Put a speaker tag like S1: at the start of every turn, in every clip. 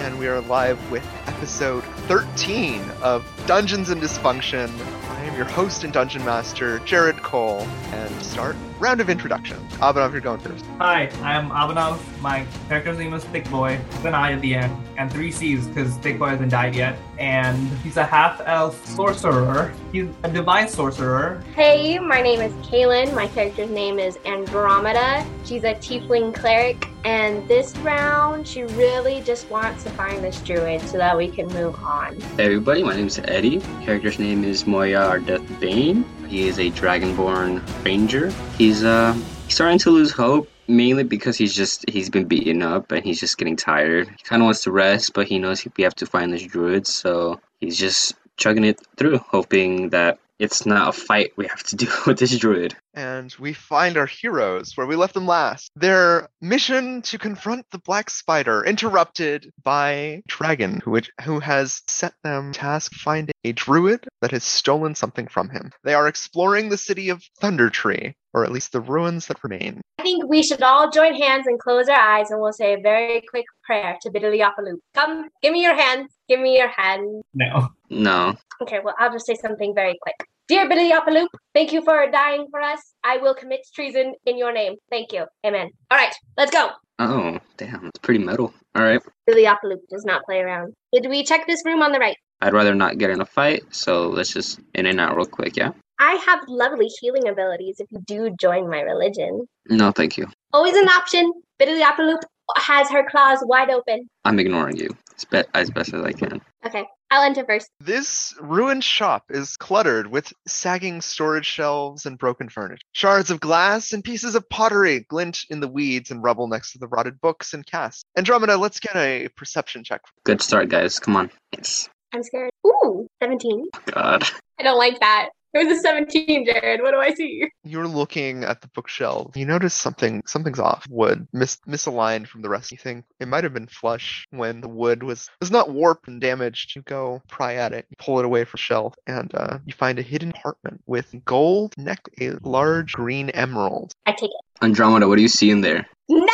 S1: and we are live with episode 13 of Dungeons and Dysfunction. I am your host and dungeon master, Jared Cole, and start round of introduction. Abanov, you're going first.
S2: Hi, I'm Abanov. My character's name is Thick Boy, with an I at the end, and three C's because Thick Boy hasn't died yet. And he's a half elf sorcerer. He's a divine sorcerer.
S3: Hey, my name is Kaylin. My character's name is Andromeda. She's a tiefling cleric, and this round she really just wants to find this druid so that we can move on.
S4: Hey everybody, my name is Eddie. Character's name is Moyar Deathbane. He is a dragonborn ranger. He's uh he's starting to lose hope mainly because he's just he's been beaten up and he's just getting tired. He kind of wants to rest, but he knows we have to find this druid, so he's just chugging it through, hoping that it's not a fight we have to do with this druid.
S1: And we find our heroes where we left them last. Their mission to confront the Black Spider, interrupted by Dragon, who, who has set them task finding a druid that has stolen something from him. They are exploring the city of Thunder Tree, or at least the ruins that remain.
S3: I think we should all join hands and close our eyes and we'll say a very quick prayer to Bidiliapalu. Come, give me your hand. Give me your hand.
S2: No.
S4: No.
S3: Okay, well, I'll just say something very quick. Dear Bidiliapalu, thank you for dying for us. I will commit treason in your name. Thank you. Amen. All right, let's go.
S4: Oh, damn. It's pretty metal. All right.
S3: Bidiliapalu does not play around. Did we check this room on the right?
S4: I'd rather not get in a fight, so let's just in and out real quick, yeah?
S3: I have lovely healing abilities if you do join my religion.
S4: No, thank you.
S3: Always an option. Bidiliapalu has her claws wide open.
S4: I'm ignoring you as, be- as best as I can.
S3: Okay, I'll enter first.
S1: This ruined shop is cluttered with sagging storage shelves and broken furniture. Shards of glass and pieces of pottery glint in the weeds and rubble next to the rotted books and casts. Andromeda, let's get a perception check.
S4: Good start, guys. Come on. Yes.
S3: I'm scared. Ooh, 17.
S4: God.
S3: I don't like that. It was a 17, Jared. What do I see?
S1: You're looking at the bookshelf. You notice something something's off. Wood mis- misaligned from the rest. You think it might have been flush when the wood was was not warped and damaged. You go pry at it, you pull it away from the shelf, and uh, you find a hidden apartment with gold neck a large green emerald.
S3: I take it.
S4: Andromeda, what do you see in there?
S3: Nothing!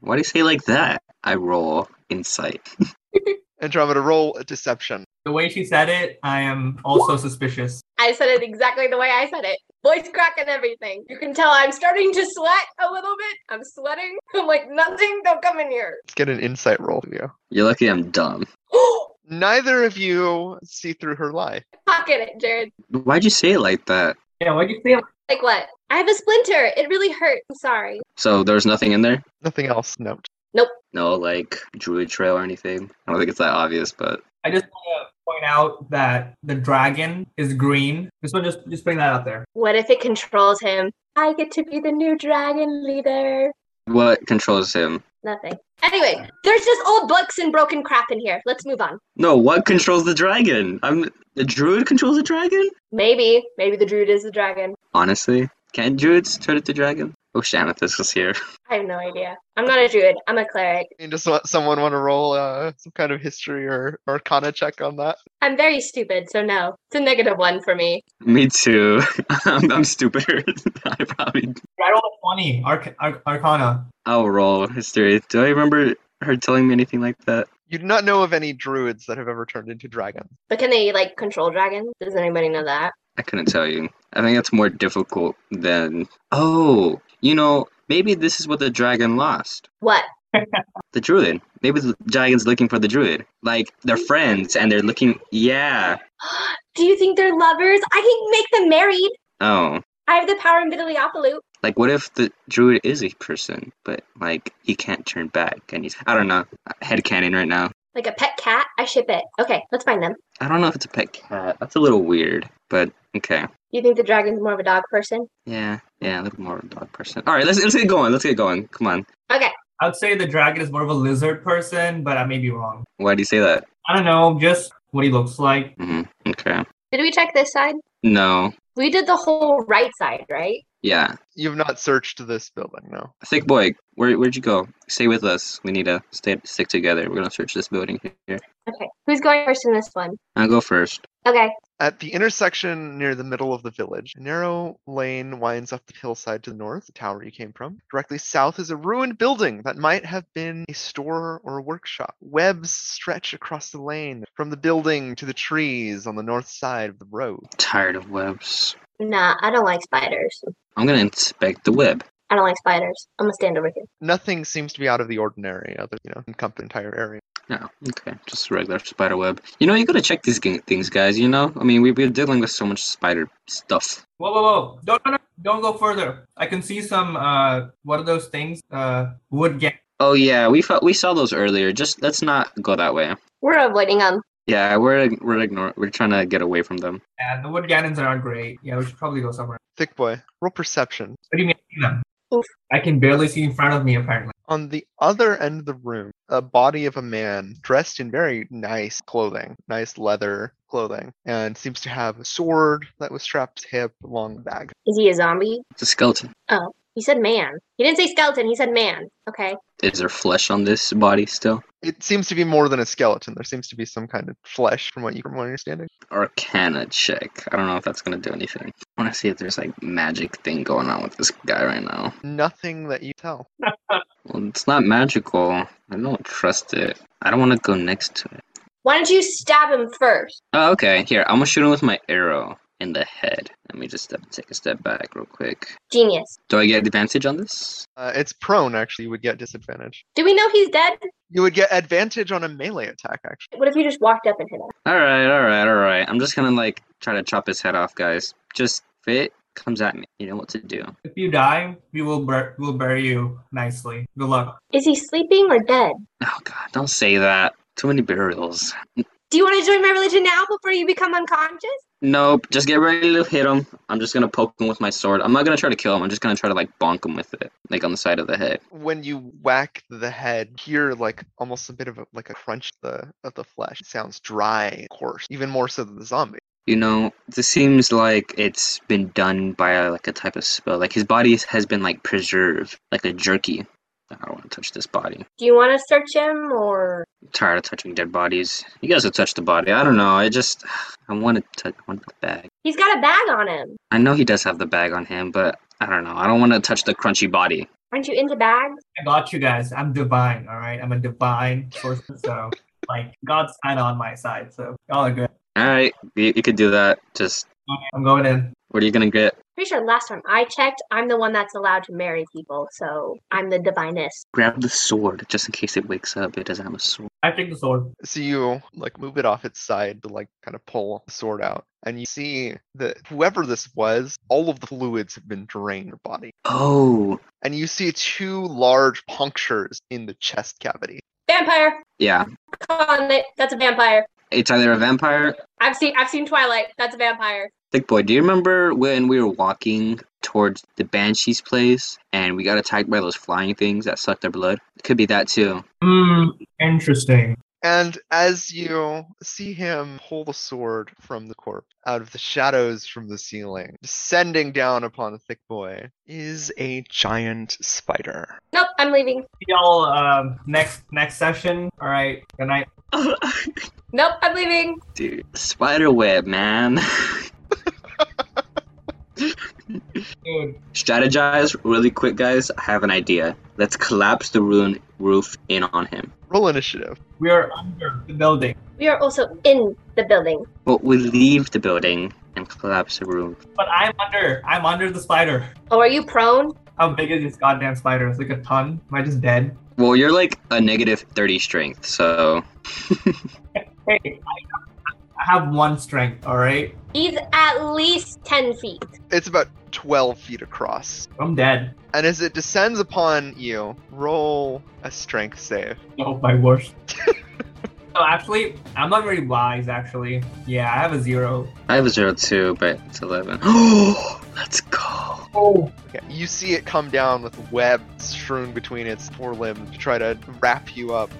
S4: Why do you say like that? I roll insight.
S1: Andromeda, roll a deception.
S2: The way she said it, I am also suspicious.
S3: I said it exactly the way I said it. Voice crack and everything. You can tell I'm starting to sweat a little bit. I'm sweating. I'm like, nothing, don't come in here.
S1: Let's get an insight roll for you.
S4: You're lucky I'm dumb.
S1: Neither of you see through her lie.
S3: Pocket it, Jared.
S4: Why'd you say it like that?
S2: Yeah, why'd you say it?
S3: Like what? I have a splinter. It really hurt. I'm sorry.
S4: So there's nothing in there?
S1: Nothing else, note.
S3: Nope.
S4: No, like druid trail or anything. I don't think it's that obvious, but
S2: I just want to point out that the dragon is green. Just want just just putting that out there.
S3: What if it controls him? I get to be the new dragon leader.
S4: what controls him?
S3: Nothing. Anyway, there's just old books and broken crap in here. Let's move on.
S4: No, what controls the dragon? I'm the druid controls the dragon?
S3: Maybe, maybe the druid is the dragon.
S4: Honestly, can druids turn into dragon? Oh, Shanathus was here.
S3: I have no idea. I'm not a druid. I'm a cleric.
S1: And does so- someone want to roll uh, some kind of history or or arcana check on that?
S3: I'm very stupid, so no. It's a negative one for me.
S4: Me too. I'm, I'm stupider. I probably
S2: I rolled a 20, Arc- Arc- Arcana.
S4: I'll roll history. Do I remember her telling me anything like that?
S1: You do not know of any druids that have ever turned into dragons.
S3: But can they like control dragons? Does anybody know that?
S4: I couldn't tell you. I think that's more difficult than. Oh, you know, maybe this is what the dragon lost.
S3: What?
S4: The druid. Maybe the dragon's looking for the druid. Like, they're friends and they're looking. Yeah.
S3: Do you think they're lovers? I can make them married.
S4: Oh.
S3: I have the power in Vidaliopalu.
S4: Like, what if the druid is a person, but, like, he can't turn back and he's. I don't know. Headcanon right now.
S3: Like a pet cat, I ship it. Okay, let's find them.
S4: I don't know if it's a pet cat. That's a little weird, but okay.
S3: You think the dragon's more of a dog person?
S4: Yeah, yeah, a little more of a dog person. All right, let's, let's get going. Let's get going. Come on.
S3: Okay,
S2: I'd say the dragon is more of a lizard person, but I may be wrong.
S4: Why do you say that?
S2: I don't know, just what he looks like.
S4: hmm Okay.
S3: did we check this side?
S4: No.
S3: We did the whole right side, right?
S4: Yeah.
S1: You've not searched this building, no.
S4: Thick boy, where where'd you go? Stay with us. We need to stay stick together. We're gonna search this building here.
S3: Okay, who's going first in this one?
S4: I'll go first.
S3: Okay.
S1: At the intersection near the middle of the village, a narrow lane winds up the hillside to the north, the tower you came from. Directly south is a ruined building that might have been a store or a workshop. Webs stretch across the lane from the building to the trees on the north side of the road.
S4: Tired of webs.
S3: Nah, I don't like spiders.
S4: I'm gonna inspect the web.
S3: I don't like spiders. I'm gonna stand over here.
S1: Nothing seems to be out of the ordinary, other you know, encompass the entire area.
S4: No, Oh, okay, just regular spider web. You know, you gotta check these g- things, guys. You know, I mean, we, we're dealing with so much spider stuff.
S2: Whoa, whoa, whoa! Don't, no, no, don't go further. I can see some. Uh, what are those things? Uh, wood gang.
S4: Oh yeah, we fo- we saw those earlier. Just let's not go that way.
S3: We're avoiding them.
S4: Yeah, we're we're ignore- we're trying to get away from them.
S2: Yeah, the wood cannons are not great. Yeah, we should probably go somewhere.
S1: Thick boy, roll perception.
S2: What do you mean? I see them? I can barely see in front of me. Apparently.
S1: On the other end of the room, a body of a man dressed in very nice clothing, nice leather clothing, and seems to have a sword that was strapped to his hip, long bag.
S3: Is he a zombie?
S4: It's a skeleton.
S3: He said man. He didn't say skeleton. He said man. Okay.
S4: Is there flesh on this body still?
S1: It seems to be more than a skeleton. There seems to be some kind of flesh, from what you from my understanding.
S4: Arcana check. I don't know if that's gonna do anything. I want to see if there's like magic thing going on with this guy right now.
S1: Nothing that you tell.
S4: Well, it's not magical. I don't trust it. I don't want to go next to it.
S3: Why don't you stab him first?
S4: Oh, okay. Here, I'm gonna shoot him with my arrow in the head. Let me just step, take a step back real quick.
S3: Genius.
S4: Do I get advantage on this?
S1: Uh, it's prone, actually. You would get disadvantage.
S3: Do we know he's dead?
S1: You would get advantage on a melee attack, actually.
S3: What if you just walked up and hit him?
S4: All right, all right, all right. I'm just gonna like try to chop his head off, guys. Just if it comes at me, you know what to do.
S2: If you die, we will bur- we'll bury you nicely. Good luck.
S3: Is he sleeping or dead?
S4: Oh God, don't say that. Too many burials.
S3: Do you want to join my religion now before you become unconscious?
S4: Nope. Just get ready to hit him. I'm just gonna poke him with my sword. I'm not gonna try to kill him. I'm just gonna try to like bonk him with it, like on the side of the head.
S1: When you whack the head, hear like almost a bit of a, like a crunch of the of the flesh. It sounds dry, coarse, even more so than the zombie.
S4: You know, this seems like it's been done by a, like a type of spell. Like his body has been like preserved, like a jerky. I don't want to touch this body.
S3: Do you want to search him or
S4: I'm tired of touching dead bodies. You guys have touched the body. I don't know. I just I want to touch I want the bag.
S3: he's got a bag on him?
S4: I know he does have the bag on him, but I don't know. I don't want to touch the crunchy body.
S3: Aren't you into bags?
S2: I got you guys. I'm divine. All right, I'm a divine person. So like God's kind of on my side. So y'all are good.
S4: All right, you, you could do that. Just
S2: Okay, I'm going in.
S4: what are you gonna get?
S3: Pretty sure last time I checked, I'm the one that's allowed to marry people, so I'm the divinest.
S4: Grab the sword just in case it wakes up. It doesn't have a sword.
S2: I take the sword.
S1: So you like move it off its side to like kind of pull the sword out, and you see that whoever this was, all of the fluids have been drained from the body,
S4: Oh,
S1: and you see two large punctures in the chest cavity.
S3: Vampire,
S4: yeah.
S3: calling it. That's a vampire.
S4: It's either a vampire.
S3: I've seen I've seen Twilight. That's a vampire.
S4: Thick boy, do you remember when we were walking towards the Banshee's place and we got attacked by those flying things that sucked our blood? Could be that too.
S2: Hmm. Interesting.
S1: And as you see him pull the sword from the corpse out of the shadows from the ceiling, descending down upon the thick boy, is a giant spider.
S3: Nope, I'm leaving.
S2: See y'all um, next next session. All right. Good night.
S3: Nope, I'm leaving.
S4: Dude, spider web, man.
S2: Dude.
S4: Strategize really quick, guys. I have an idea. Let's collapse the ruin roof in on him.
S1: Roll initiative.
S2: We are under the building.
S3: We are also in the building.
S4: But we leave the building and collapse the roof.
S2: But I'm under. I'm under the spider.
S3: Oh, are you prone?
S2: How big is this goddamn spider? It's like a ton. Am I just dead?
S4: Well, you're like a negative 30 strength, so.
S2: Hey, I have- I have one strength. All right.
S3: He's at least ten feet.
S1: It's about 12 feet across.
S2: I'm dead.
S1: And as it descends upon you, roll a strength save.
S2: Oh my worst. No, actually, I'm not very wise. Actually, yeah, I have a zero.
S4: I have a zero two, but it's 11. Oh, let's go.
S2: Oh,
S1: Okay. You see it come down with web strewn between its forelimbs to try to wrap you up,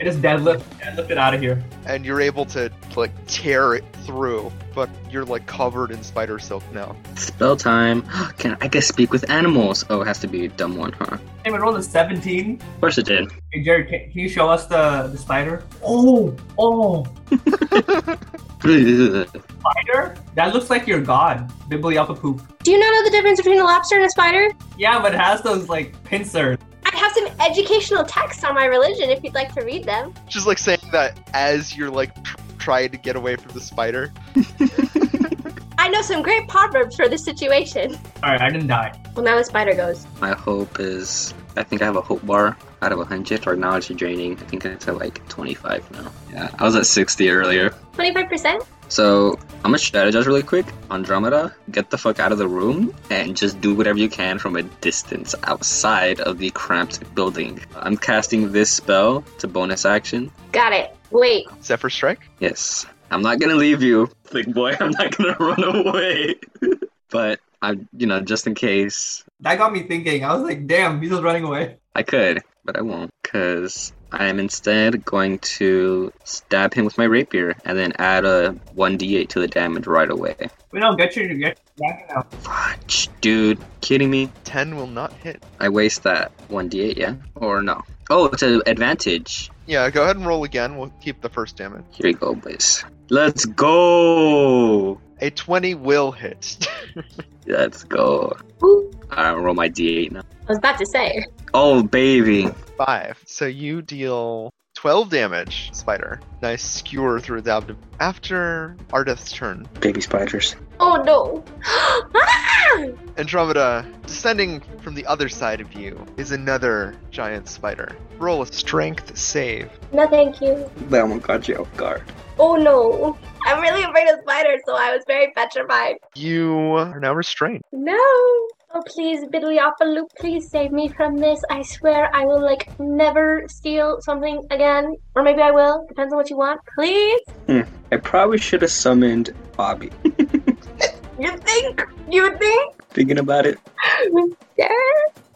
S2: it is deadlift. Deadlift it out of here.
S1: and you're able to like tear it through, but you're like covered in spider silk now.
S4: Spell time. Can I guess speak with animals? Oh, it has to be a dumb one, huh?
S2: Hey, we rolled a 17.
S4: Of course it did.
S2: Hey, Jared, can, can you show us the, the spider? Oh, oh. Spider? That looks like your god, Bibbly Alpha Poop.
S3: Do you not know the difference between a lobster and a spider?
S2: Yeah, but it has those like pincers.
S3: I have some educational texts on my religion if you'd like to read them.
S1: Just like saying that as you're like tr- trying to get away from the spider.
S3: I know some great proverbs for this situation.
S2: Alright, I didn't die.
S3: Well, now the spider goes.
S4: My hope is I think I have a hope bar out of 100. Our knowledge is draining. I think it's at like 25 now. Yeah, I was at 60 earlier.
S3: 25%?
S4: So I'm gonna strategize really quick. Andromeda, get the fuck out of the room and just do whatever you can from a distance outside of the cramped building. I'm casting this spell to bonus action.
S3: Got it. Wait.
S1: Zephyr Strike?
S4: Yes, I'm not gonna leave you, big boy. I'm not gonna run away. but I'm, you know, just in case,
S2: That got me thinking. I was like, damn, he's just running away.
S4: I could, but I won't, because I am instead going to stab him with my rapier and then add a 1d8 to the damage right away.
S2: We don't get you to get you back now.
S4: Fudge, dude. Kidding me?
S1: 10 will not hit.
S4: I waste that 1d8, yeah? Or no? Oh, it's an advantage.
S1: Yeah, go ahead and roll again. We'll keep the first damage.
S4: Here you go, boys. Let's go!
S1: A 20 will hit.
S4: Let's go.
S3: Ooh.
S4: I roll my d8 now.
S3: I was about to say.
S4: Oh, baby.
S1: 5. So you deal 12 damage, spider. Nice skewer through the abdomen. After Ardeth's turn,
S4: Baby spiders.
S3: Oh no. Ah!
S1: Andromeda, descending from the other side of you, is another giant spider. Roll a strength save.
S3: no, thank you.
S4: That one got you off guard.
S3: Oh no. I'm really afraid of spiders, so I was very petrified.
S1: You are now restrained.
S3: No. Oh please, Biddlyopaloo, please save me from this. I swear I will like never steal something again. Or maybe I will. Depends on what you want. Please?
S4: I probably should have summoned Bobby.
S3: You think? You think?
S4: Thinking about it,
S3: Yes.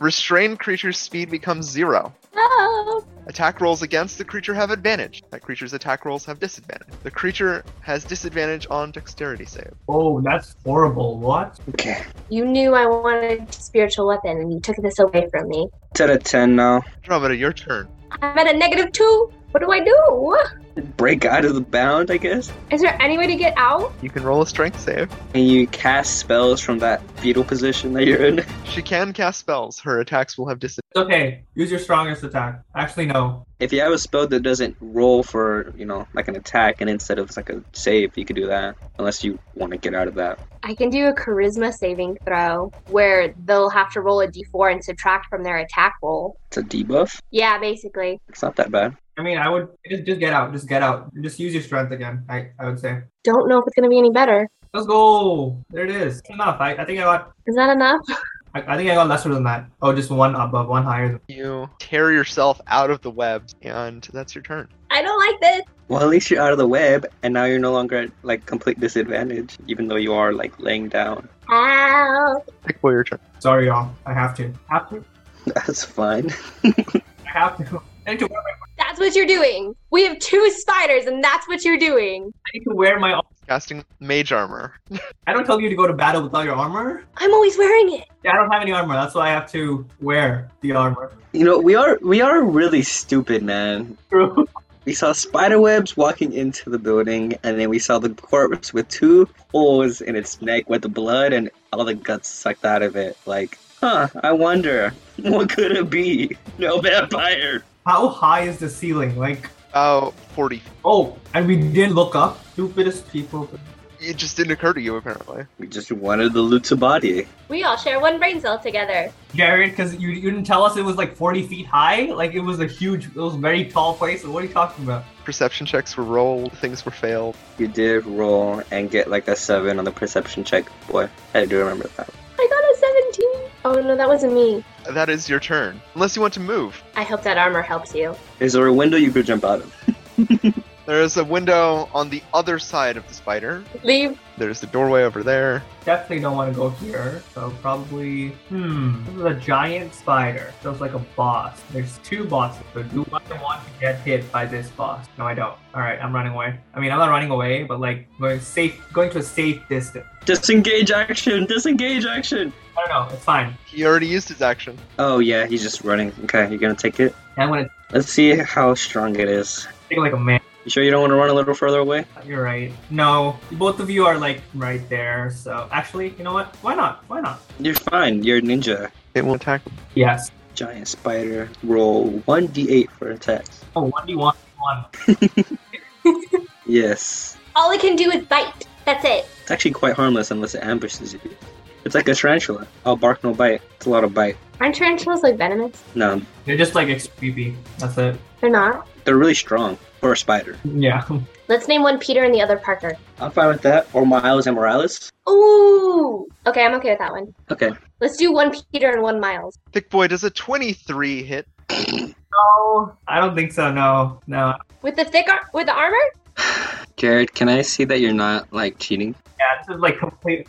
S1: Restrained creature's speed becomes zero.
S3: Oh.
S1: Attack rolls against the creature have advantage. That creature's attack rolls have disadvantage. The creature has disadvantage on dexterity save.
S2: Oh, that's horrible. What?
S4: Okay.
S3: You knew I wanted spiritual weapon and you took this away from me.
S4: It's at a 10 now.
S1: Andromeda, your turn.
S3: I'm at a negative two. What do I do?
S4: Break out of the bound, I guess.
S3: Is there any way to get out?
S1: You can roll a strength save.
S4: Can you cast spells from that fetal position that you're in?
S1: She can cast spells. Her attacks will have disadvantage.
S2: It's okay. Use your strongest attack. Actually, no.
S4: If you have a spell that doesn't roll for, you know, like an attack and instead of like a save, you could do that. Unless you want to get out of that.
S3: I can do a charisma saving throw where they'll have to roll a d4 and subtract from their attack roll.
S4: It's a debuff.
S3: Yeah, basically.
S4: It's not that bad.
S2: I mean, I would just just get out. Just get out. Just use your strength again. I I would say.
S3: Don't know if it's going to be any better.
S2: Let's go. There it is. Enough. I, I think I got.
S3: Is that enough?
S2: I, I think I got lesser than that. Oh, just one above, one higher. Than...
S1: You tear yourself out of the web, and that's your turn.
S3: I don't like this.
S4: Well, at least you're out of the web and now you're no longer at like complete disadvantage, even though you are like laying down.
S3: Ow.
S1: Pick boy, your turn.
S2: Sorry, y'all. I have to. Have to.
S4: That's fine.
S2: I have to. I need to wear my.
S3: That's what you're doing. We have two spiders and that's what you're doing.
S2: I need to wear my.
S1: Casting mage armor.
S2: I don't tell you to go to battle without your armor.
S3: I'm always wearing it.
S2: Yeah, I don't have any armor. That's why I have to wear the armor.
S4: you know, we are we are really stupid, man.
S2: True.
S4: We saw spider webs walking into the building, and then we saw the corpse with two holes in its neck with the blood and all the guts sucked out of it. Like, huh, I wonder, what could it be? No vampire.
S2: How high is the ceiling? Like,
S1: Oh, 40.
S2: oh, and we didn't look up. Stupidest people.
S1: It just didn't occur to you, apparently.
S4: We just wanted the loot to body.
S3: We all share one brain cell together.
S2: Jared, because you, you didn't tell us it was like 40 feet high. Like, it was a huge, it was a very tall place. What are you talking about?
S1: Perception checks were rolled, things were failed.
S4: You did roll and get like a seven on the perception check. Boy, I do remember that.
S3: I got a 17. Oh no, that wasn't me.
S1: That is your turn. Unless you want to move.
S3: I hope that armor helps you.
S4: Is there a window you could jump out of?
S1: There is a window on the other side of the spider.
S3: Leave.
S1: There's the doorway over there.
S2: Definitely don't want to go here. So, probably, hmm, this is a giant spider. Feels like a boss. There's two bosses. So, do I want to get hit by this boss? No, I don't. All right, I'm running away. I mean, I'm not running away, but like going safe, going to a safe distance.
S4: Disengage action! Disengage action!
S2: I don't know. It's fine.
S1: He already used his action.
S4: Oh yeah, he's just running. Okay, you're gonna take it.
S2: I'm going to
S4: Let's see how strong it is.
S2: take it like a man.
S4: You sure you don't want to run a little further away?
S2: You're right. No, both of you are like right there. So actually, you know what? Why not? Why not?
S4: You're fine. You're a ninja.
S1: It will attack.
S2: Yes.
S4: Giant spider. Roll 1d8 for attacks.
S2: Oh, 1d1. One.
S4: Yes.
S3: All it can do is bite. That's it.
S4: It's actually quite harmless unless it ambushes you. It's like a tarantula. I'll bark, no bite. It's a lot of bite.
S3: Aren't tarantulas like venomous?
S4: No,
S2: They're just like it's creepy. That's it.
S3: They're not.
S4: they're really strong for a spider.
S2: Yeah.
S3: Let's name one Peter and the other Parker.
S4: I'm fine with that. Or Miles and Morales.
S3: Ooh. Okay, I'm okay with that one.
S4: Okay.
S3: Let's do one Peter and one Miles.
S1: Thick boy does a 23 hit.
S2: No, I don't think so. No, no.
S3: With the thick ar- with the armor?
S4: Jared, can I see that you're not like cheating?
S2: Yeah, this is like complete.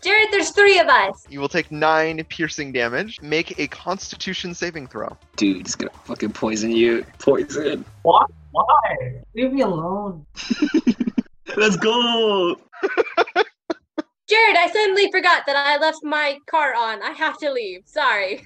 S3: Jared, there's three of us.
S1: You will take 9 piercing damage. Make a constitution saving throw.
S4: Dude, it's gonna fucking poison you. Poison.
S2: Why? Why? Leave me alone.
S4: Let's go.
S3: Jared, I suddenly forgot that I left my car on. I have to leave. Sorry.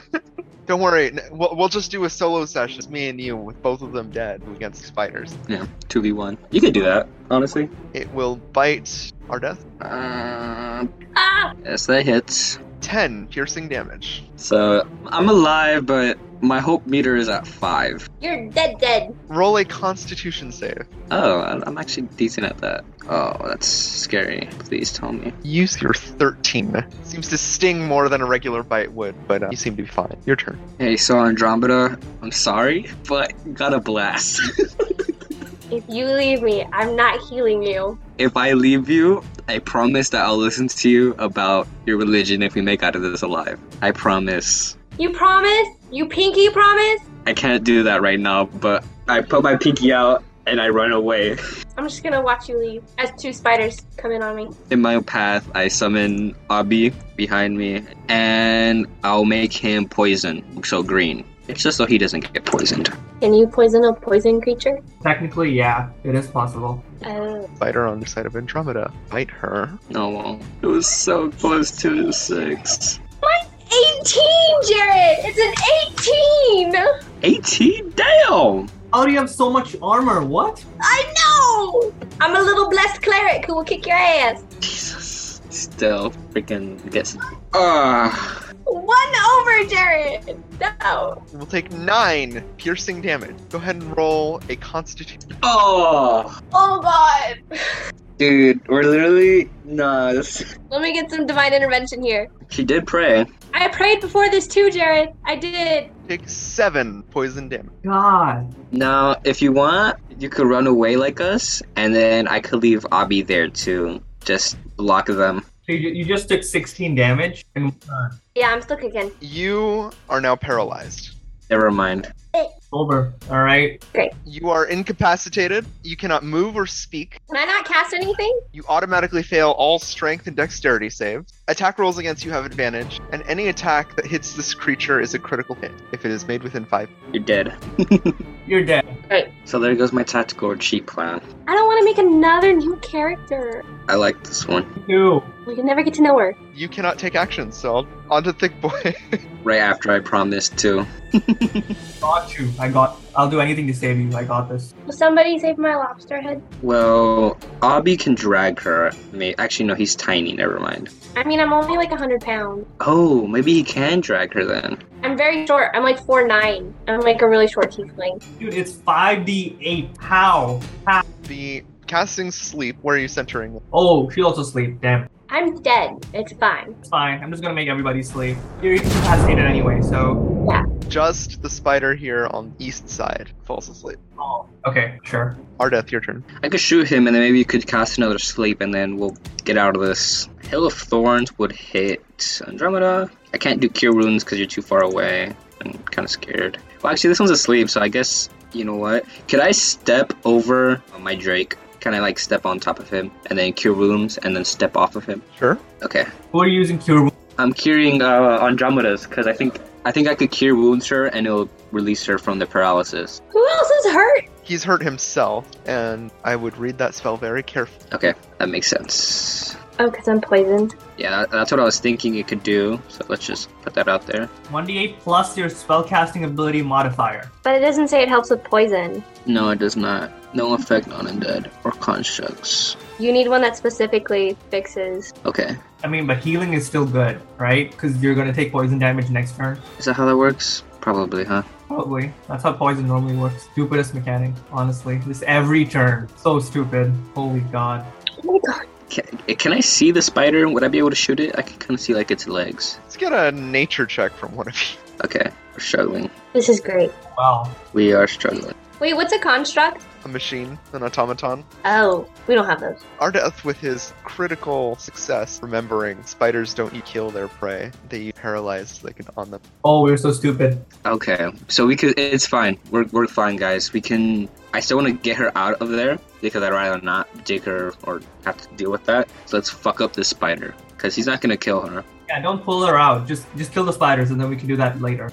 S1: Don't worry, n- we'll, we'll just do a solo session. It's me and you with both of them dead against spiders.
S4: Yeah, 2v1. You could do that, honestly.
S1: It will bite our death.
S4: Uh,
S3: Ah!
S4: yes, that hits.
S1: 10 piercing damage.
S4: So I'm alive, but my hope meter is at five.
S3: You're dead dead.
S1: Roll a constitution save.
S4: Oh, I- I'm actually decent at that. Oh, that's scary. Please tell me.
S1: Use your 13. Seems to sting more than a regular bite would, but uh, you seem to be fine. Your turn.
S4: Hey, so Andromeda, I'm sorry, but got a blast.
S3: If you leave me, I'm not healing you.
S4: if I leave you, I promise that I'll listen to you about your religion if we make out of this alive. I promise.
S3: You promise? You pinky promise?
S4: I can't do that right now, but I put my pinky out and I run away.
S3: I'm just gonna watch you leave as two spiders come in on me.
S4: In my path, I summon Abi behind me and I'll make him poison, so green. It's just so he doesn't get poisoned.
S3: Can you poison a poison creature?
S2: Technically, yeah, it is possible.
S3: Oh.
S1: Spider on the side of Andromeda. Bite her.
S4: Oh well. It was so close to the six.
S3: 18, Jared! It's an 18!
S4: 18? Damn!
S2: How do you have so much armor? What?
S3: I know! I'm a little blessed cleric who will kick your ass.
S4: Jesus. Still freaking gets. Ah.
S3: One over, Jared! No.
S1: We'll take nine piercing damage. Go ahead and roll a constitution.
S4: Oh,
S3: Oh god.
S4: dude, we're literally nah. This...
S3: Let me get some divine intervention here.
S4: She did pray.
S3: I prayed before this too, Jared. I did.
S1: Take seven poison damage.
S2: God.
S4: Now, if you want, you could run away like us, and then I could leave Abby there to just block them.
S2: So you, you just took 16 damage and uh,
S3: Yeah, I'm still kicking.
S1: You are now paralyzed.
S4: Never mind.
S2: over. All right.
S1: You are incapacitated. You cannot move or speak.
S3: Can I not cast anything?
S1: You automatically fail all strength and dexterity saves. Attack rolls against you have advantage, and any attack that hits this creature is a critical hit if it is made within five.
S4: You're dead.
S2: You're dead.
S4: So there goes my tactical cheat plan.
S3: I don't want to make another new character.
S4: I like this one.
S2: Two.
S3: We can never get to know her.
S1: You cannot take action, so on to Thick Boy.
S4: Right after I promised to.
S2: Got you. I got. I'll do anything to save you. I got this.
S3: Will somebody save my lobster head?
S4: Well, Abby can drag her. May Actually, no, he's tiny. Never mind.
S3: I mean, I'm only like 100 pounds.
S4: Oh, maybe he can drag her then.
S3: I'm very short. I'm like 4'9. I'm like a really short tiefling.
S2: Dude, it's 5d8. How? How?
S1: the casting sleep, where are you centering?
S2: Oh, she also sleep. Damn.
S3: I'm dead. It's fine.
S2: It's fine. I'm just gonna make everybody sleep. You're incapacitated anyway, so.
S1: Just the spider here on the east side falls asleep.
S2: Oh, okay, sure.
S1: Ardeth, your turn.
S4: I could shoot him, and then maybe you could cast another sleep, and then we'll get out of this. Hill of Thorns would hit Andromeda. I can't do Cure Wounds because you're too far away. I'm kind of scared. Well, actually, this one's asleep, so I guess you know what? Could I step over oh, my Drake? Can I like step on top of him and then Cure Wounds, and then step off of him?
S1: Sure.
S4: Okay.
S2: Who are you using cure? wound?
S4: I'm curing uh, Andromeda's because I think I think I could Cure Wounds her, and it'll release her from the paralysis.
S3: Who else is hurt?
S1: He's hurt himself, and I would read that spell very carefully.
S4: Okay, that makes sense.
S3: Oh, because I'm poisoned.
S4: Yeah, that- that's what I was thinking it could do. So let's just put that out there.
S2: 1d8 plus your spellcasting ability modifier.
S3: But it doesn't say it helps with poison.
S4: No, it does not. No effect on undead or constructs.
S3: You need one that specifically fixes.
S4: Okay.
S2: I mean, but healing is still good, right? Because you're going to take poison damage next turn.
S4: Is that how that works? Probably, huh?
S2: Probably. That's how poison normally works. Stupidest mechanic, honestly. This every turn. So stupid. Holy god.
S3: Oh my god.
S4: Can, eh, can I see the spider? Would I be able to shoot it? I can kind of see like its legs.
S1: Let's get a nature check from one of you.
S4: Okay, we're struggling.
S3: This is great.
S2: Wow.
S4: We are struggling.
S3: Wait, what's a construct?
S1: A machine, an automaton.
S3: Oh, we don't have those.
S1: Ardeth, with his critical success, remembering spiders don't eat kill their prey, they paralyze so they can on them.
S2: Oh, we are so stupid.
S4: Okay, so we could. It's fine. We're, we're fine, guys. We can. I still want to get her out of there because I'd rather not dig her or have to deal with that. So let's fuck up this spider because he's not gonna kill her.
S2: Yeah, don't pull her out. Just just kill the spiders and then we can do that later.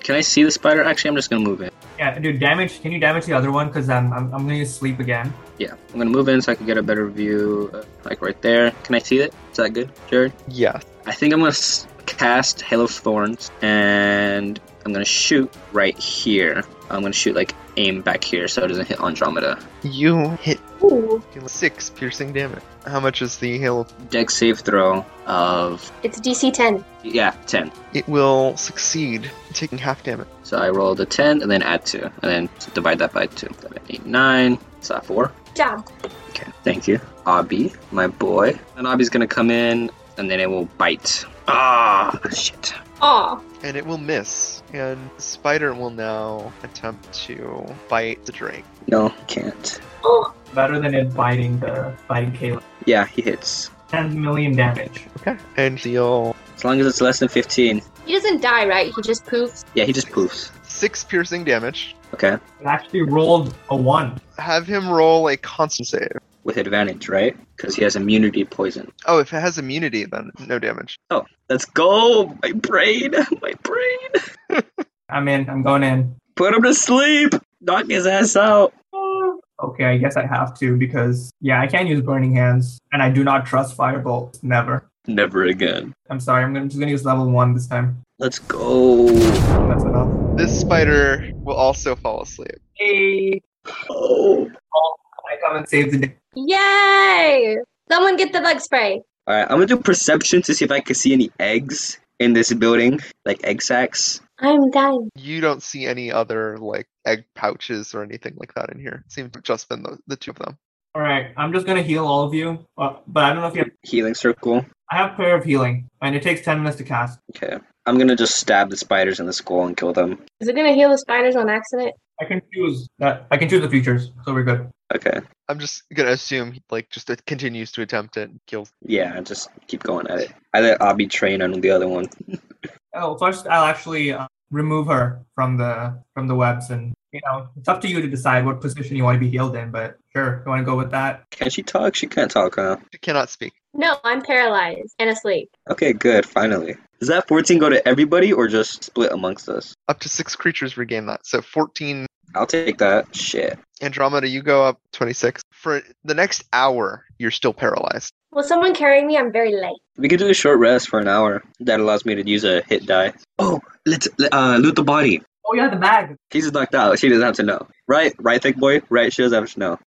S4: Can I see the spider? Actually, I'm just gonna move in.
S2: Yeah, dude, damage. Can you damage the other one? Because I'm, I'm, I'm going to use sleep again.
S4: Yeah, I'm gonna move in so I can get a better view, uh, like right there. Can I see it? Is that good, Jared?
S1: Yes.
S4: I think I'm gonna s- cast Hail of Thorns, and I'm gonna shoot right here. I'm gonna shoot like aim back here so it doesn't hit Andromeda.
S1: You hit
S3: Ooh.
S1: six piercing damage. How much is the hail? of-
S4: Deck save throw of
S3: It's DC 10.
S4: yeah ten.
S1: It will succeed, taking half damage.
S4: So I rolled a ten and then add two, and then divide that by two. Seven, eight, nine. Is that four?
S3: Job.
S4: Okay, thank you, Abby, my boy. And Abby's gonna come in, and then it will bite. Ah, shit.
S3: Aw.
S1: And it will miss. And the spider will now attempt to bite the drake.
S4: No, can't.
S3: Oh.
S2: Better than it biting the biting Caleb.
S4: Yeah, he hits.
S2: 10 million damage.
S1: Okay. And deal
S4: As long as it's less than fifteen.
S3: He doesn't die, right? He just poofs.
S4: Yeah, he just poofs.
S1: six piercing damage.
S4: Okay,
S2: It actually rolled a 1.
S1: Have him roll a constant save.
S4: with advantage, right? Because he has immunity to poison.
S1: Oh, if it has immunity, then no damage.
S4: Let's go, my brain, my brain.
S2: I'm in. I'm going in.
S4: Put him to sleep. Knock his ass out.
S2: Okay, I guess I have to because, yeah, I can't use Burning Hands, and I do not trust Firebolt. Never.
S4: Never again.
S2: I'm sorry, I'm gonna, just gonna use level 1 this time.
S4: Let's go.
S2: That's enough.
S1: This spider will also fall asleep.
S2: Hey,
S4: Oh.
S2: I come and save the day.
S3: Yay! Someone get the bug spray.
S4: All right, I'm gonna do perception to see if I can see any eggs in this building, like egg sacks.
S3: I'm dying.
S1: You don't see any other like egg pouches or anything like that in here. It seems to have just been the, the two of them.
S2: All right, I'm just gonna heal all of you, uh, but I don't know if you have.
S4: Healing circle.
S2: I have prayer of healing, and it takes 10 minutes to cast.
S4: Okay. I'm gonna just stab the spiders in the skull and kill them.
S3: Is it gonna heal the spiders on accident?
S2: I can choose that. I can choose the features, so we're good.
S4: Okay.
S1: I'm just gonna assume he, like just it continues to attempt it and kills.
S4: Yeah, just keep going at it. I let Abby train on the other one.
S2: Oh, first I'll actually uh, remove her from the from the webs, and you know it's up to you to decide what position you want to be healed in. But sure, you want to go with that.
S4: Can she talk? She can't talk, huh?
S1: It cannot speak.
S3: No, I'm paralyzed and asleep.
S4: Okay, good. Finally. Does that 14 go to everybody or just split amongst us?
S1: Up to six creatures regain that. So 14
S4: I'll take that. Shit.
S1: Andromeda, you go up 26. For the next hour, you're still paralyzed.
S3: Will someone carry me? I'm very late.
S4: We could do a short rest for an hour. That allows me to use a hit die. Oh, let's uh, loot the body.
S2: Oh yeah, the bag.
S4: He's just knocked out. She doesn't have to know. Right, right, thick boy. Right, she doesn't have to know.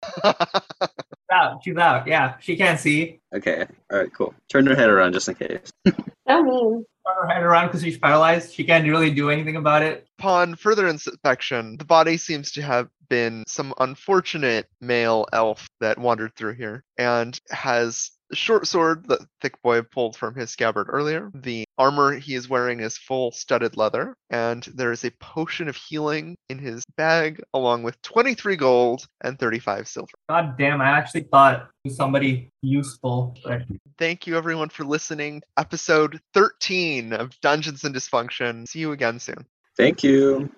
S2: Out. She's out. Yeah, she can't see.
S4: Okay. All right. Cool. Turn her head around just in case.
S3: So mean.
S2: Turn her head around because she's paralyzed. She can't really do anything about it.
S1: Upon further inspection, the body seems to have been some unfortunate male elf that wandered through here and has a short sword that thick boy pulled from his scabbard earlier the armor he is wearing is full studded leather and there is a potion of healing in his bag along with 23 gold and 35 silver
S2: God damn! I actually thought it was somebody useful, but
S1: thank you everyone for listening episode 13 of dungeons and dysfunction see you again soon
S4: Thank you.